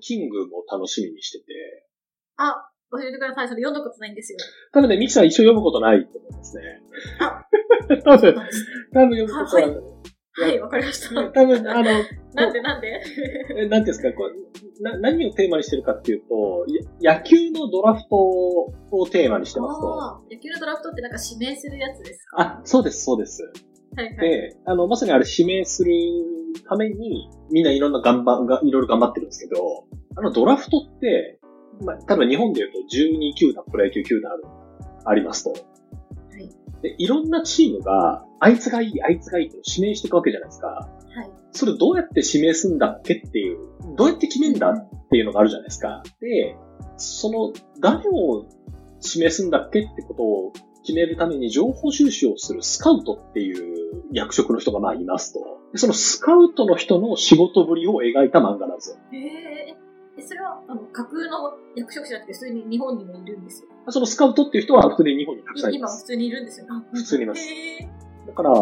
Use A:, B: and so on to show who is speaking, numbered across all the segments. A: キングも楽しみにしてて。
B: あ、教えてください。それ読んだことないんですよ。
A: 多分ね、ミキさん一生読むことないと思いますね。
B: あ
A: 多分、多分読むことないと思う。
B: はい、わかりました。
A: 多分、あの、
B: なんでなんで
A: えなんていうんですか、こうな何をテーマにしてるかっていうと、や野球のドラフトをテーマにしてますと。
B: あー野球のドラフトってなんか指名するやつですか
A: あ、そうです、そうです。
B: はいはい。
A: で、あの、まさにあれ指名するために、みんないろんな頑張、が、いろいろ頑張ってるんですけど、あのドラフトって、まあ、多分日本で言うと12球団、プロ野球球団ある、ありますと。
B: い
A: で、いろんなチームが、あいつがいい、あいつがいいって指名していくわけじゃないですか。
B: はい。
A: それどうやって指名すんだっけっていう、どうやって決めんだっていうのがあるじゃないですか。で、その、誰を指名すんだっけってことを決めるために情報収集をするスカウトっていう役職の人がまあいますと。でそのスカウトの人の仕事ぶりを描いた漫画なんですよ。
B: へええ、それは、あの、架空の役職者じゃなくて、普通に日本にもいるんですよ。
A: そのスカウトっていう人は普通に日本にたくさんい
B: 今
A: ま
B: は
A: す
B: 普。通にいるんですよ。あ
A: 普通にいます。
B: へえ
A: だから、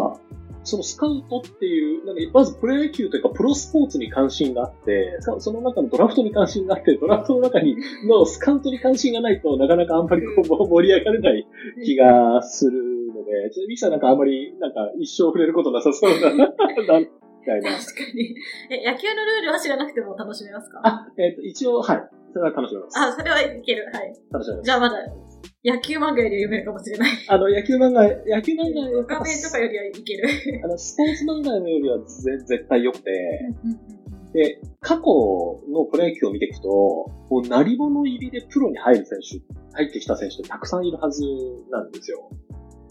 A: そのスカウトっていう、なんかまずプロ野球というかプロスポーツに関心があって、そその中のドラフトに関心があって、ドラフトの中にのスカウトに関心がないとなかなかあんまりこう盛り上がれない気がするので、ちょっとミキさんなんかあんまりなんか一生触れることなさそうだな、なみたいな。
B: 確かに。え、野球のルールは知らなくても楽しめますか
A: あ、えっ、と、一応、はい。それは楽しみます。
B: あ、それはいける。はい。
A: 楽しみます
B: じ。ゃあまだ、野球漫画より読めるかもしれない。
A: あの、野球漫画、野球漫画やっぱ
B: 画面とかよりはいける。
A: あの、スポーツ漫画よりはぜ絶対良くて、
B: うんうん
A: で、過去のプロ野球を見ていくと、こう、鳴り物入りでプロに入る選手、入ってきた選手ってたくさんいるはずなんですよ。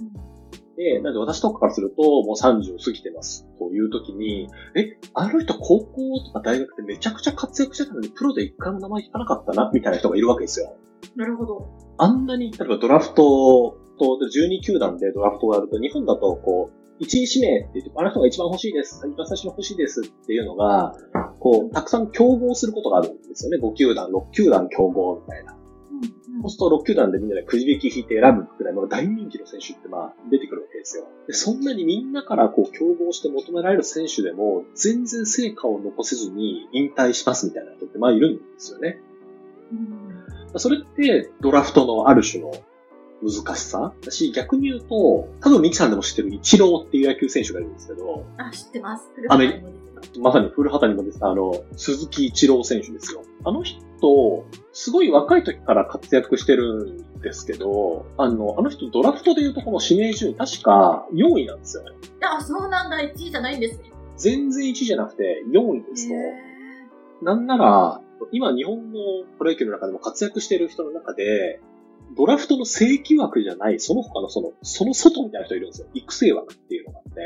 B: うん
A: で、なんで私とかからすると、もう30過ぎてますという時に、え、あの人高校とか大学でめちゃくちゃ活躍してたのに、プロで一回も名前聞かなかったな、みたいな人がいるわけですよ。
B: なるほど。
A: あんなに、例えばドラフトと、12球団でドラフトをやると、日本だと、こう、1位指名って言って、あの人が一番欲しいです、一番最初に欲しいですっていうのが、こう、たくさん競合することがあるんですよね。5球団、6球団競合みたいな。そうすると6球団でみんなでくじ引き引いて選ぶくらい、まあ、大人気の選手ってまあ出てくるわけですよ。で、そんなにみんなからこう競合して求められる選手でも、全然成果を残せずに引退しますみたいな人ってまあいるんですよね。
B: うん
A: それってドラフトのある種の難しさだし、逆に言うと、多分ミキさんでも知ってるイチローっていう野球選手がいるんですけど、
B: あ、知ってます。
A: アメリまさに古畑にも出てたあの、鈴木イチロー選手ですよ。あの人、すごい若い時から活躍してるんですけど、あの、あの人ドラフトで言うとこの指名順位、確か4位なんですよね。
B: あ、そうなんだ。1位じゃないんですね。
A: 全然1位じゃなくて4位ですと。
B: へ
A: なんなら、今日本のプロ野球の中でも活躍してる人の中で、ドラフトの正規枠じゃない、その他のその、その外みたいな人いるんですよ。育成枠っていうのがあって、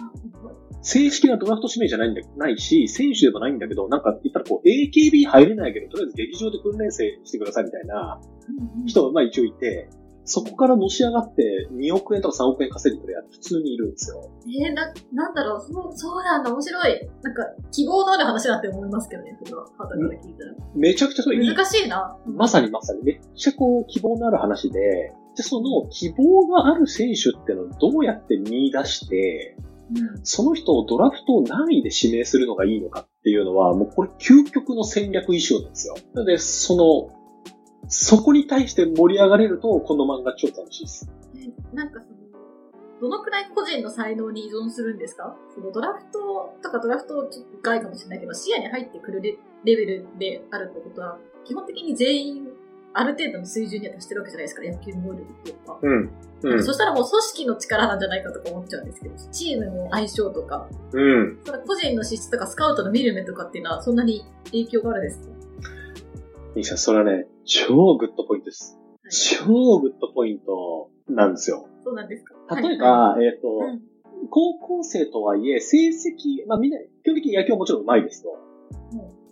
B: ーあすごい
A: 正式なドラフト指名じゃないんだ、ないし、選手でもないんだけど、なんか言ったらこう、AKB 入れないけど、とりあえず劇場で訓練生してくださいみたいな
B: うんうん
A: 人がまあ一応いて、そこからのし上がって2億円とか3億円稼ぐプレイヤーって普通にいるんですよ。
B: えー、な、なんだろう、そう、そうなんだ、面白い。なんか、希望のある話だって思いますけどね、それは、肌から聞いたら。
A: めちゃくちゃそれいい
B: 難しいな。
A: まさにまさに、めっちゃこう希望のある話で、で、その希望がある選手ってのをどうやって見出して、
B: うん
A: その人をドラフトを何位で指名するのがいいのかっていうのは、もうこれ究極の戦略衣装なんですよ。なので、その、そこに対して盛り上がれると、この漫画超楽しいです。
B: えなんかその、どのくらい個人の才能に依存するんですかそのドラフトとかドラフトちょっと外かもしれないけど、視野に入ってくるレレベルであるってことは、基本的に全員、ある程度の水準には達してるわけじゃないですか、野球能力とか。
A: うん。うん
B: そ。したらもう組織の力なんじゃないかとか思っちゃうんですけど、チームの相性とか、
A: うん。
B: その個人の資質とかスカウトの見る目とかっていうのはそんなに影響があるんですね。
A: ミキさん、それはね、超グッドポイントです。超グッドポイントなんですよ。
B: そうなんですか。
A: 例え
B: はい
A: ば、えっと、
B: はいうん
A: 高校生とはいえ、成績、まあみんな、基本的に野球はもちろん上手いですと。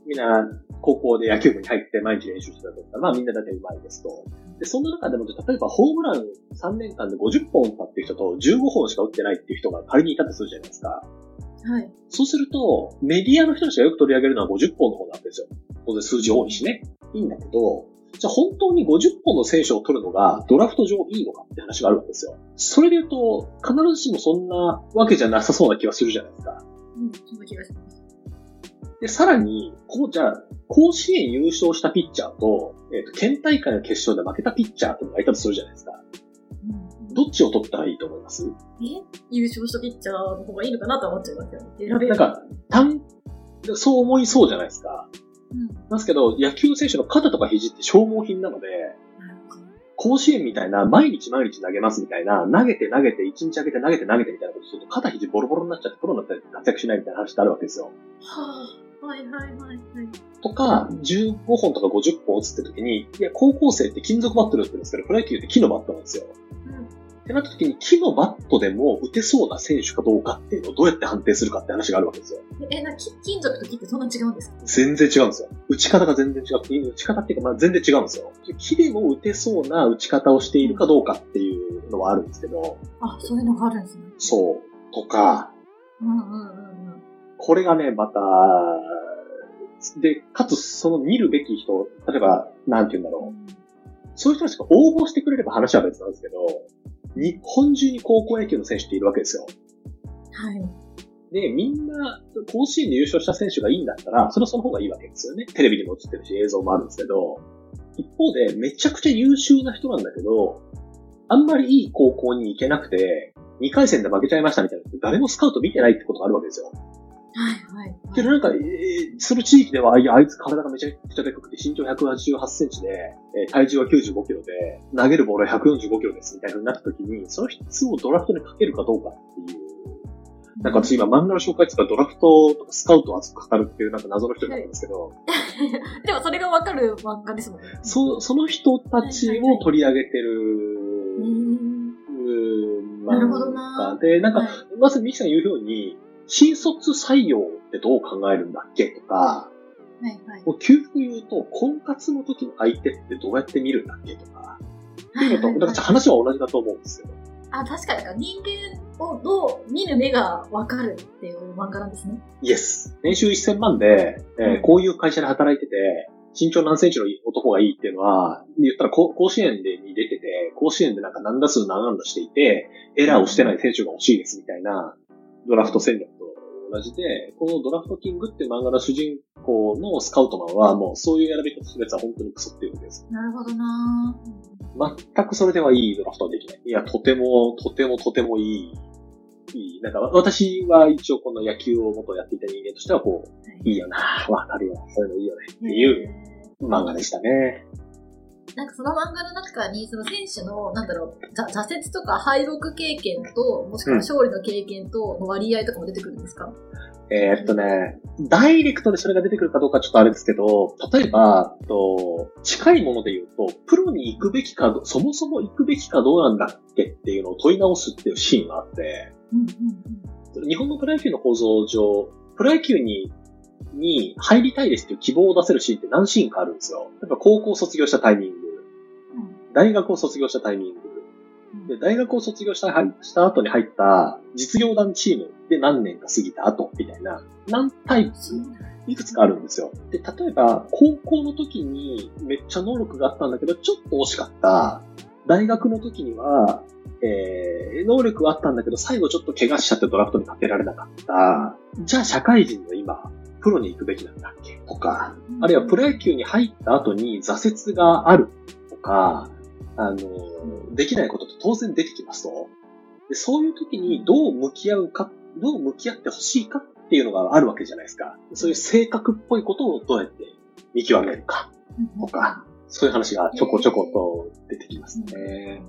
A: みんな、高校で野球部に入って毎日練習してたとか、まあみんなだけ上手いですと。で、そんな中でも、例えばホームラン3年間で50本打ったっていう人と15本しか打ってないっていう人が仮にいたとするじゃないですか。
B: はい。
A: そうすると、メディアの人たちがよく取り上げるのは50本の方なんですよ。当然数字多いしね。いいんだけど、じゃあ本当に50本の選手を取るのがドラフト上いいのかって話があるわけですよ。それで言うと、必ずしもそんなわけじゃなさそうな気はするじゃないですか。
B: うん、そんな気がします。
A: で、さらに、こう、じゃあ、甲子園優勝したピッチャーと、えっ、と、県大会の決勝で負けたピッチャーっていうのがいたとするじゃないですか。どっちを取ったらいいと思います
B: え優勝したピッチャーの方がいいのかなとは思っちゃいますよね。選べる。
A: なんか、単、そう思いそうじゃないですか。
B: うん、
A: なんですけど、野球選手の肩とか肘って消耗品なので、甲子園みたいな、毎日毎日投げますみたいな、投げて投げて、一日あげて投げて投げてみたいなことすると、肩肘ボロボロになっちゃって、プロになったり活躍しないみたいな話ってあるわけですよ。
B: はあ、はいはいはいはい。
A: とか、15本とか50本打つって時に、いや、高校生って金属バットで打ってるんですけど、プロ野球って木のバットなんですよ。
B: うん
A: ってなった時に、木のバットでも打てそうな選手かどうかっていうのをどうやって判定するかって話があるわけですよ。
B: え、な、金金属と木ってそんな違うんですか
A: 全然違うんですよ。打ち方が全然違くて、打ち方っていうか、まあ全然違うんですよ。木でも打てそうな打ち方をしているかどうかっていうのはあるんですけど、
B: あ、そういうのがあるんですね。
A: そう。とか、
B: うんうんうんうん。
A: これがね、また、で、かつその見るべき人、例えば、なんて言うんだろう。そういう人たちが応募してくれれば話は別なんですけど、日本中に高校野球の選手っているわけですよ。
B: はい。
A: で、みんな、甲子園で優勝した選手がいいんだったら、それはその方がいいわけですよね。テレビにも映ってるし、映像もあるんですけど、一方で、めちゃくちゃ優秀な人なんだけど、あんまりいい高校に行けなくて、2回戦で負けちゃいましたみたいな、誰もスカウト見てないってことがあるわけですよ。
B: はいはいはい。
A: けどなんか、えーする地域では、いや、あいつ体がめちゃくちゃでかくて、身長188センチで、えー体重は95キロで、投げるボールは145キロです、みたいな風になった時に、その人をドラフトにかけるかどうかっていう。なんか私今漫画の紹介とかドラフトとかスカウトを熱く語るっていうなんか謎の人なんですけど、
B: でもそれがわかる漫画ですもんね。
A: そその人たちを取り上げてる
B: うーん。
A: うーん
B: なるほどな
A: 漫画で、なん
B: は
A: か、
B: い。
A: まずミキさん言うように、新卒採用ってどう考えるんだっけとか、
B: はいはい。
A: もう究極言うと、婚活の時の相手ってどうやって見るんだっけとか、っていうのと、だから話は同じだと思うんですよ。
B: あ、確かに、だから人間をどう見る目がわかるっていう漫画なんですね。
A: イエス。年収1000万で、えー
B: うん
A: こういう会社で働いてて、身長何センチの男がいいっていうのは、言ったらこ甲子園でに出てて、甲子園でなんか何打数何安打していて、エラーをしてない選手が欲しいですみたいな、ドラフト戦略と同じで、このドラフトキングっていう漫画の主人公のスカウトマンは、もうそういうやるべきことするやつは本当にクソっていうわけです。
B: なるほどなぁ
A: 全くそれではいいドラフトはできない。いや、とても、とても、とてもいい。いい。なんか、わ私は一応この野球を元やっていた人間としては、こう、
B: はい
A: いいよなわかるよ。そういうのいいよね。っていう漫画でしたね。
B: なんかその漫画の中に、その選手の、なんだろう、ざ挫折とか敗北経験と、もしくは勝利の経験との割合とかも出てくるんですか、
A: えーっとね、ダイレクトでそれが出てくるかどうかちょっとあれですけど、例えば、と近いもので言うと、プロに行くべきかど、そもそも行くべきかどうなんだっけっていうのを問い直すっていうシーンがあって、
B: うん、うん
A: 日本のプロ野球の構造上、プロ野球に、に入りたいですっていう希望を出せるシーンって何シーンかあるんですよ。やっぱ高校卒業したタイミング、大学を卒業したタイミング、
B: うん
A: で大学を卒業したはいした後に入った実業団チームで何年か過ぎた後みたいな、何タイプ、いくつかあるんですよ。で、例えば、高校の時にめっちゃ能力があったんだけど、ちょっと惜しかった。大学の時には、えー、能力はあったんだけど、最後ちょっと怪我しちゃってドラフトにかけられなかった。じゃあ社会人の今、プロに行くべきなんだっけとか、あるいはプロ野球に入った後に挫折があるとか、あの、できないことって当然出てきますと。でそういう時にどう向き合うか、どう向き合ってほしいかっていうのがあるわけじゃないですか。そういう性格っぽいことをどうやって見極めるかとか、そういう話がちょこちょこと出てきますね。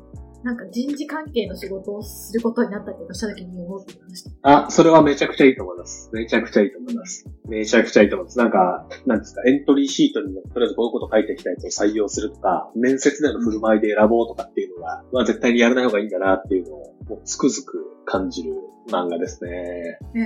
B: なんか人事関係の仕事をすることになったりとかした時に思ってました。
A: あ、それはめちゃくちゃいいと思います。めちゃくちゃいいと思います。めちゃくちゃいいと思います。なんか、なんですか、エントリーシートにとりあえずこういうこと書いてきたやつを採用するとか、面接での振る舞いで選ぼうとかっていうのが、まあ絶対にやらない方がいいんだなっていうのを、もうつくづく感じる漫画ですね。
B: へー、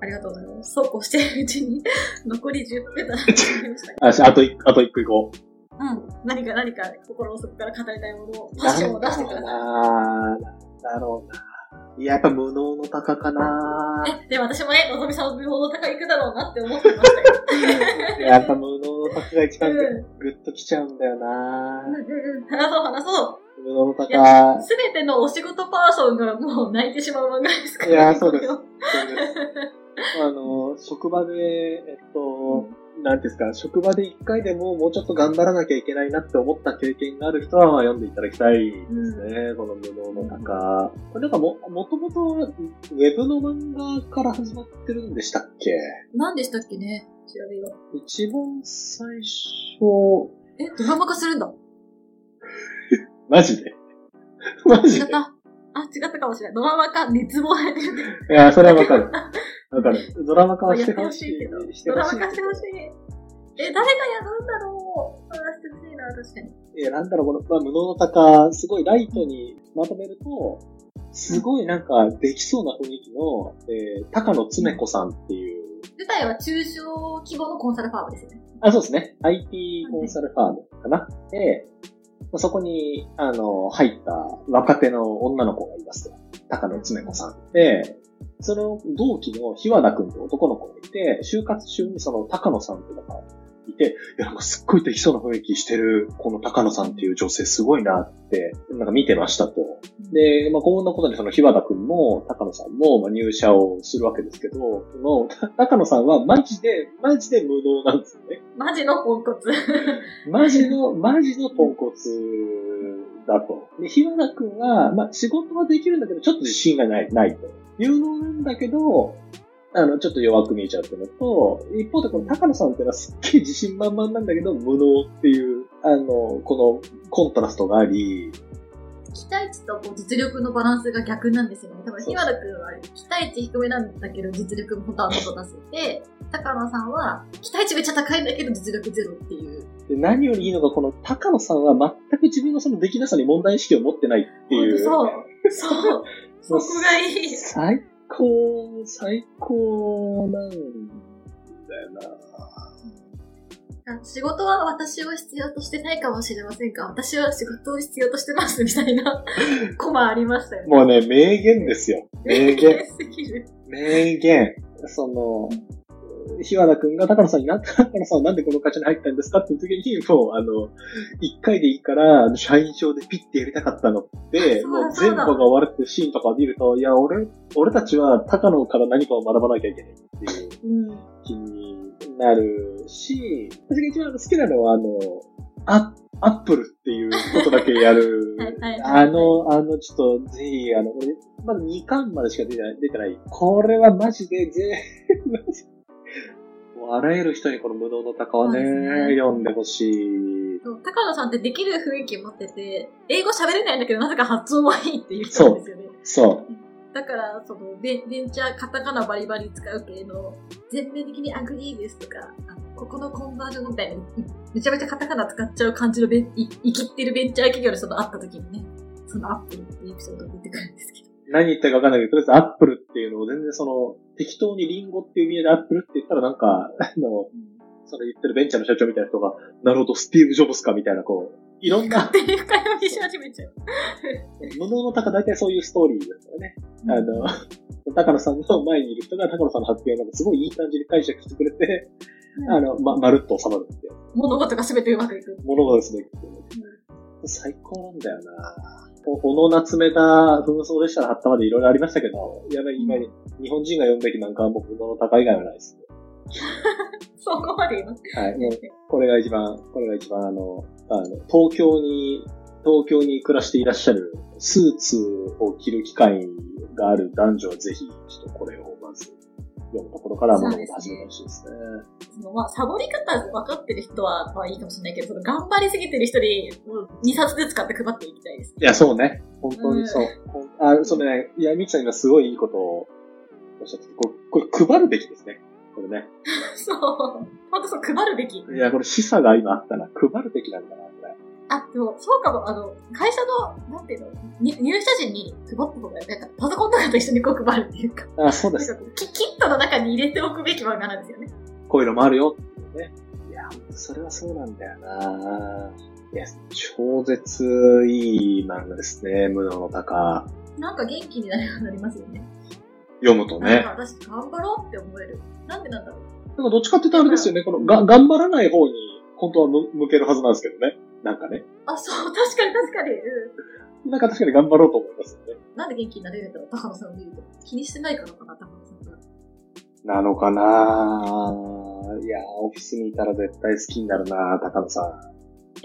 B: ありがとうございます。そうこうしてるうちに、 残り10分だなって思いました。
A: あ、しあと一、あと一個いこう。
B: うん。何か何か心の底から語りたいものを、パッションを出してください。
A: なんだろうななんだろうな。いや、やっぱ無能の鷹か な
B: え、でも私もね、のぞみさんの無法の高いくだろうなって思ってましたよ。
A: いややっぱ無能の鷹が一
B: う
A: 番
B: ん。う
A: グ
B: ん
A: グッときちゃうんだよな
B: うんうん。話そう話そ
A: 無能の鷹。
B: いやう。すべてのお仕事パーソンがもう泣いてしまう漫画ですから、
A: いやそうです
B: これは
A: そうですあの、職場で、えっと、なんていうんですか、職場で一回でももうちょっと頑張らなきゃいけないなって思った経験がある人はまあ読んでいただきたいですね。この無能の鷹。これなんかも、もともとはウェブの漫画から始まってるんでしたっけ
B: 何でしたっけね調べよう。
A: 一番最初、
B: え、ドラマ化するんだ。
A: マジで マジ
B: 違
A: で
B: った。あ、違ったかもしれない。ドラマ化、熱望されてる。
A: いや、それはわかる。わかる。ドラマ化は し
B: やっててほ
A: ほ
B: し
A: し
B: い
A: い
B: けど。。
A: して
B: ド
A: ほ
B: ラマ
A: しい
B: 化してほしい。え、誰がやるんだろう。あしてほしいな、確かに。
A: えーなんだろう、この、まあ、無能の鷹、すごいライトにまとめると、すごいなんか、できそうな雰囲気の、えー、鷹野つめこさんっていう、
B: 舞台は中小規模のコンサルファームですよね。
A: あ、そうですね、IT コンサルファームかな。で、まあそこに、あの、入った若手の女の子がいますと。鷹野つめこさん。で、その同期の日和田くんと男の子がいて、就活中にその高野さんっていうのがいて、いや、なんかすっごいできそうな雰囲気してる、この高野さんっていう女性すごいなって、なんか見てましたと。で、まあ、幸運なことにその日和田くんも高野さんもまあ入社をするわけですけど、その、た高野さんはマジで、マジで無能なんですよね。
B: マジのポンコツ。
A: マジの、マジのポンコツだと。で、日和田くんは、まあ、仕事はできるんだけど、ちょっと自信がない、ないと。有能なんだけど、あの、ちょっと弱く見えちゃうっていうのと、一方でこの高野さんっていうのはすっげえ自信満々なんだけど、無能っていう、あの、このコントラストがあり、
B: 期待値とこう実力のバランスが逆なんですよね。多分、日原くんは期待値低めなんだけど、実力もほとんど出せて、高野さんは期待値めっちゃ高いんだけど、実力ゼロっていう。
A: で何よりいいのが、この高野さんは全く自分のそのできなさに問題意識を持ってないっていう。
B: そう。そう。そこがいい。
A: 最高、最高なんだよな。
B: あ仕事は私を必要としてないかもしれませんが、私は仕事を必要としてますみた いなコマありましたよね。
A: もうね、名言ですよ。名言。
B: すぎる。
A: 名言。その、日和田くんが高野さんにな、高野さんはなんでこの会社に入ったんですかっていう時に、もうあの、一回でいいから、社員証でピッてやりたかったのって、
B: そうだ
A: もう全部が終わるっていうシーンとかを見ると、いや、俺、俺たちは高野から何かを学ばなきゃいけないっていう。
B: うん。
A: 気になるし、私が一番好きなのは、あの、アアップルっていうことだけや る
B: はいはいはい。
A: あの、あの、ちょっと、ぜひ、あの、これ、まだ2巻までしか出てない、出てない。これはマジで、ぜ、マジもうあらゆる人にこの無能の鷹はね、
B: そうですね
A: 読んでほしい。
B: そう高野さんってできる雰囲気持ってて、英語喋れないんだけど、なぜか発音はいいっていう人なんですよね。
A: そ
B: だから、その、ベベンチャー、カタカナバリバリ使う系の、全面的にアグリーですとか、あのここのコンバージョンみたいに、めちゃめちゃカタカナ使っちゃう感じのベン、い生きってるベンチャー企業の人と会った時にね、そのアップルっていうエピソードが出てくるんですけど。
A: う。何言ったかわかんないけど、とりあえずアップルっていうのを全然その、適当にリンゴっていう意味合いでアップルって言ったらなんか、あの、その言ってるベンチャーの社長みたいな人が、なるほど、スティーブ・ジョブスかみたいな、こう、いろんな、
B: 勝手に深読みし始めちゃう。
A: 無能の鷹大体そういうストーリーですからね。あの、高野さんの前にいる人が高野さんの発言をなんかすごいいい感じに解釈してくれて、
B: うん
A: あの、ま、まるっと収まるっていう。
B: 物事が全てうまくいく。
A: 物事ですね。最高なんだよなお小野夏目だ、紛争でしたら、はったまでいろいろありましたけど、やばい、今、日本人が読むべきなんかはもう無能の鷹以外はないですね。
B: そこまで言います。
A: はい。もうこれが一番、これが一番あの、あの、東京に、東京に暮らしていらっしゃる、スーツを着る機会がある男女はぜひ、ちょっとこれをまず、読むところから物事を始めてほしいですね。
B: そのまあ、サボり方分かってる人は、まあいいかもしれないけど、その頑張りすぎてる人に、もう2冊ずつ買って配っていきたいです。
A: いや、そうね。本当にそう。ほんあ、そうね。いや、みきさん今すごいいいことをおっしゃってて、これ、これ配るべきですね。これね。
B: そう。本当そう、配るべき。
A: いや、これ示唆が今あったな。配るべきなんだな、これ。
B: あ、でも、そうかも、あの、会社の、なんていうの、に入社時に配った方が、なんか、パソコンとかと一緒にこう配るっていうか、
A: あ、そうで
B: なん
A: す。
B: かキキットの中に入れておくべき漫画なんですよね。
A: こういうのもあるよっていうね。いや、それはそうなんだよないや、超絶いい漫画ですね、無能の鷹。
B: なんか元気になるようになりますよね。
A: 読むと
B: なん
A: ね
B: か。私、頑張ろうって思える。なんでなんだろう。
A: なんかどっちかって言ったらあれですよね、このが、頑張らない方に、本当はむ向けるはずなんですけどね。なんかね。
B: あ、そう、確かに確かに。う
A: なんか確かに頑張ろうと思いますよね。
B: ん。なんで元気になれるんだろう、高野さんを見ると。気にしてないからかな、高野さんが。
A: なのかないやー、オフィスにいたら絶対好きになるな高野さん。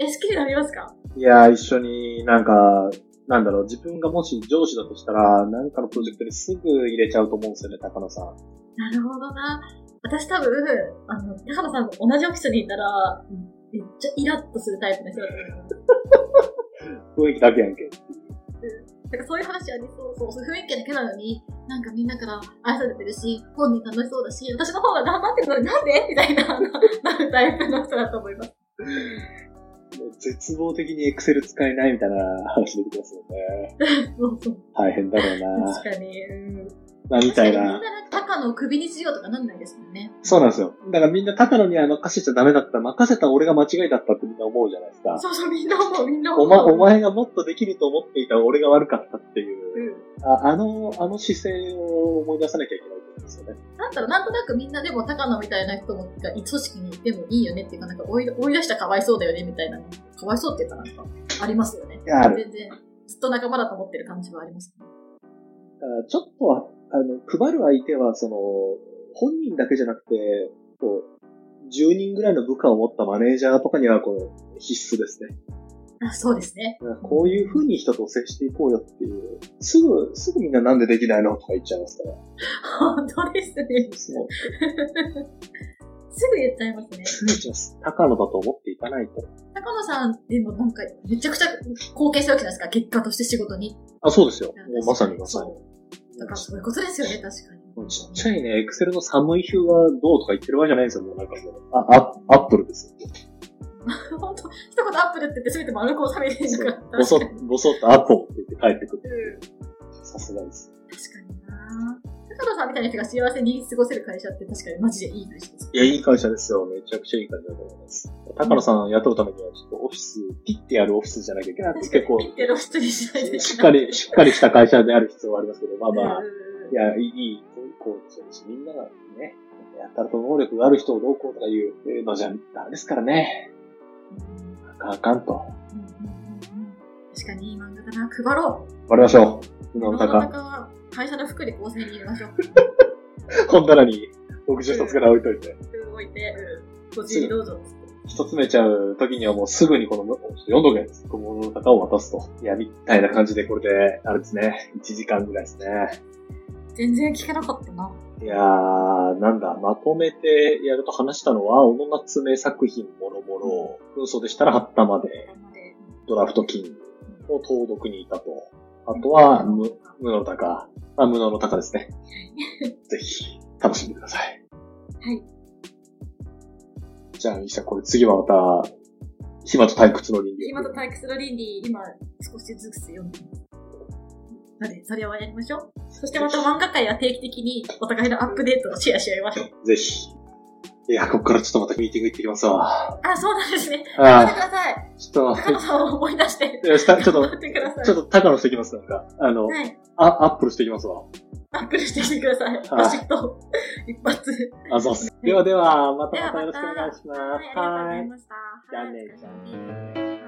B: え、好きになりますか
A: いやー、一緒になんか、なんだろう、自分がもし上司だとしたら、なんかのプロジェクトにすぐ入れちゃうと思うんですよね、高野さん。
B: なるほどな。私多分、あの、高野さんと同じオフィスにいたら、めっちゃイラッとするタイプの人だと思う。
A: 雰囲気だけやんけ。
B: なんかそういう話ありそう。そう、そういう雰囲気だけなのに、なんかみんなから愛されてるし、本人楽しそうだし、私の方が頑張ってるのになんでみたいな、あのなるタイプの人だと思います。
A: もう絶望的にエクセル使えないみたいな話出てきますよね。
B: そうそう。
A: 大変だろうな
B: 確かに。うん。
A: まあ、みたい
B: 確かにみ。
A: なん
B: な高野を首にしようとかなんないですもんね。
A: そうなんですよ。だからみんな高野には任せちゃダメだった。任せた俺が間違いだったってみんな思うじゃないですか。
B: そうそう、みんな思う、みんな思う。
A: おま、お前がもっとできると思っていた俺が悪かったっていうう。
B: ん。
A: ああの、あの姿勢を思い出さなきゃいけないんですよね。
B: なんだろう、なんとなくみんなでも高野みたいな人もが組織にいてもいいよねっていうか、なんか追い追い出したらかわいそうだよねみたいな、かわいそうっていうかなんか、ありますよね。
A: いやある
B: 全然、ずっと仲間だと思ってる感じはありますね。
A: だからちょっとは、あの、配る相手は、その、本人だけじゃなくて、こう、10人ぐらいの部下を持ったマネージャーとかには、こう、必須ですね。
B: あそうですね。
A: こういう風に人と接していこうよっていう。すぐ、すぐみんななんでできないのとか言っちゃいますから。
B: 本当ですね。
A: そう。
B: すぐ言っちゃいますね。
A: すぐ言っちゃいます。高野だと思っていかないと。
B: 高野さんでもなんか、めちゃくちゃ貢献したわけじゃないですか、結果として仕事に。
A: あ、そうですよ。もうまさにまさに。
B: そう。だからそういうことですよね、確かに。
A: もうちっちゃいね、エクセルの寒い表がどうとか言ってる場合じゃないんですよ。もうなんかもう、あ、あアップルですよ。
B: 本当、一言アップルって言って全て丸く収めてるから。確か
A: ボソ
B: に。
A: ッ、ボソッとアポって言って帰ってくる。
B: うん
A: さすがです。
B: 確かにな高野さんみたいな人が幸せに過ごせる会社って確かにマジでいい会社です。
A: いや、いい会社ですよ。めちゃくちゃいい会社だと思います。高野さん雇うためには、ちょっとオフィス、ピッてやるオフィスじゃなきゃいけないって、結構、
B: ピッて露出にしないで
A: しっかり、しっかりした会社である必要はありますけど、まあ
B: うん
A: まあ、いや、いい、こうですよし、みんながね、やったらと能力がある人をどうこうとかいうのじゃ、なんですからね。あかんあかんと。
B: 確かにいい漫画だな。配ろう。
A: わかりましょう。
B: 世
A: 今
B: の
A: の
B: 中
A: 高、
B: は会社の服で構成に入れましょう。
A: 本棚に60冊ぐらい置いといて、
B: 服置いて、ご自由どうぞっつって。
A: 一つめちゃう時にはもうすぐにこの、読んどけっつって、この高を渡すと。いや、みたいな感じで、これで、あれですね、1時間ぐらいですね。
B: 全然聞かなかったな。
A: いやー、なんだ、まとめてやると話したのは、小野夏目作品もろもろ、紛争でしたら八田まで、
B: なので
A: ドラフト金を東読にいたと。あとは、む、無能の鷹。まあ、無能の鷹 ですね。ぜひ、楽しんでください。
B: はい。
A: じゃあ、西田、これ次はまた、暇と退屈の倫理。
B: 今と退屈の倫理、今少しずつ読んでます。なので、それをやりましょう。そしてまた漫画界は定期的にお互いのアップデートをシェアし合いましょう。
A: ぜひ。いや、ここからちょっとまたミーティング行ってきますわ。
B: あ、そうなんですね。待って
A: あ
B: ください。
A: ー、ちょっ
B: 高野さんを思い出して。
A: と、よし、たちょっ
B: 待
A: と、
B: ってください。
A: ちょっと高野してきます、なんか。あの、
B: はい。
A: あ、アップルしてきますわ。
B: アップルしてきてください。
A: はい
B: バシッと。一発。
A: あ、そうっす。ではでは、また
B: で
A: ま
B: は
A: たよろ
B: また
A: しくお願いしま
B: はい、ありがとうご
A: す。
B: ざいました。
A: じゃあ
B: はい
A: ね
B: お疲れ様です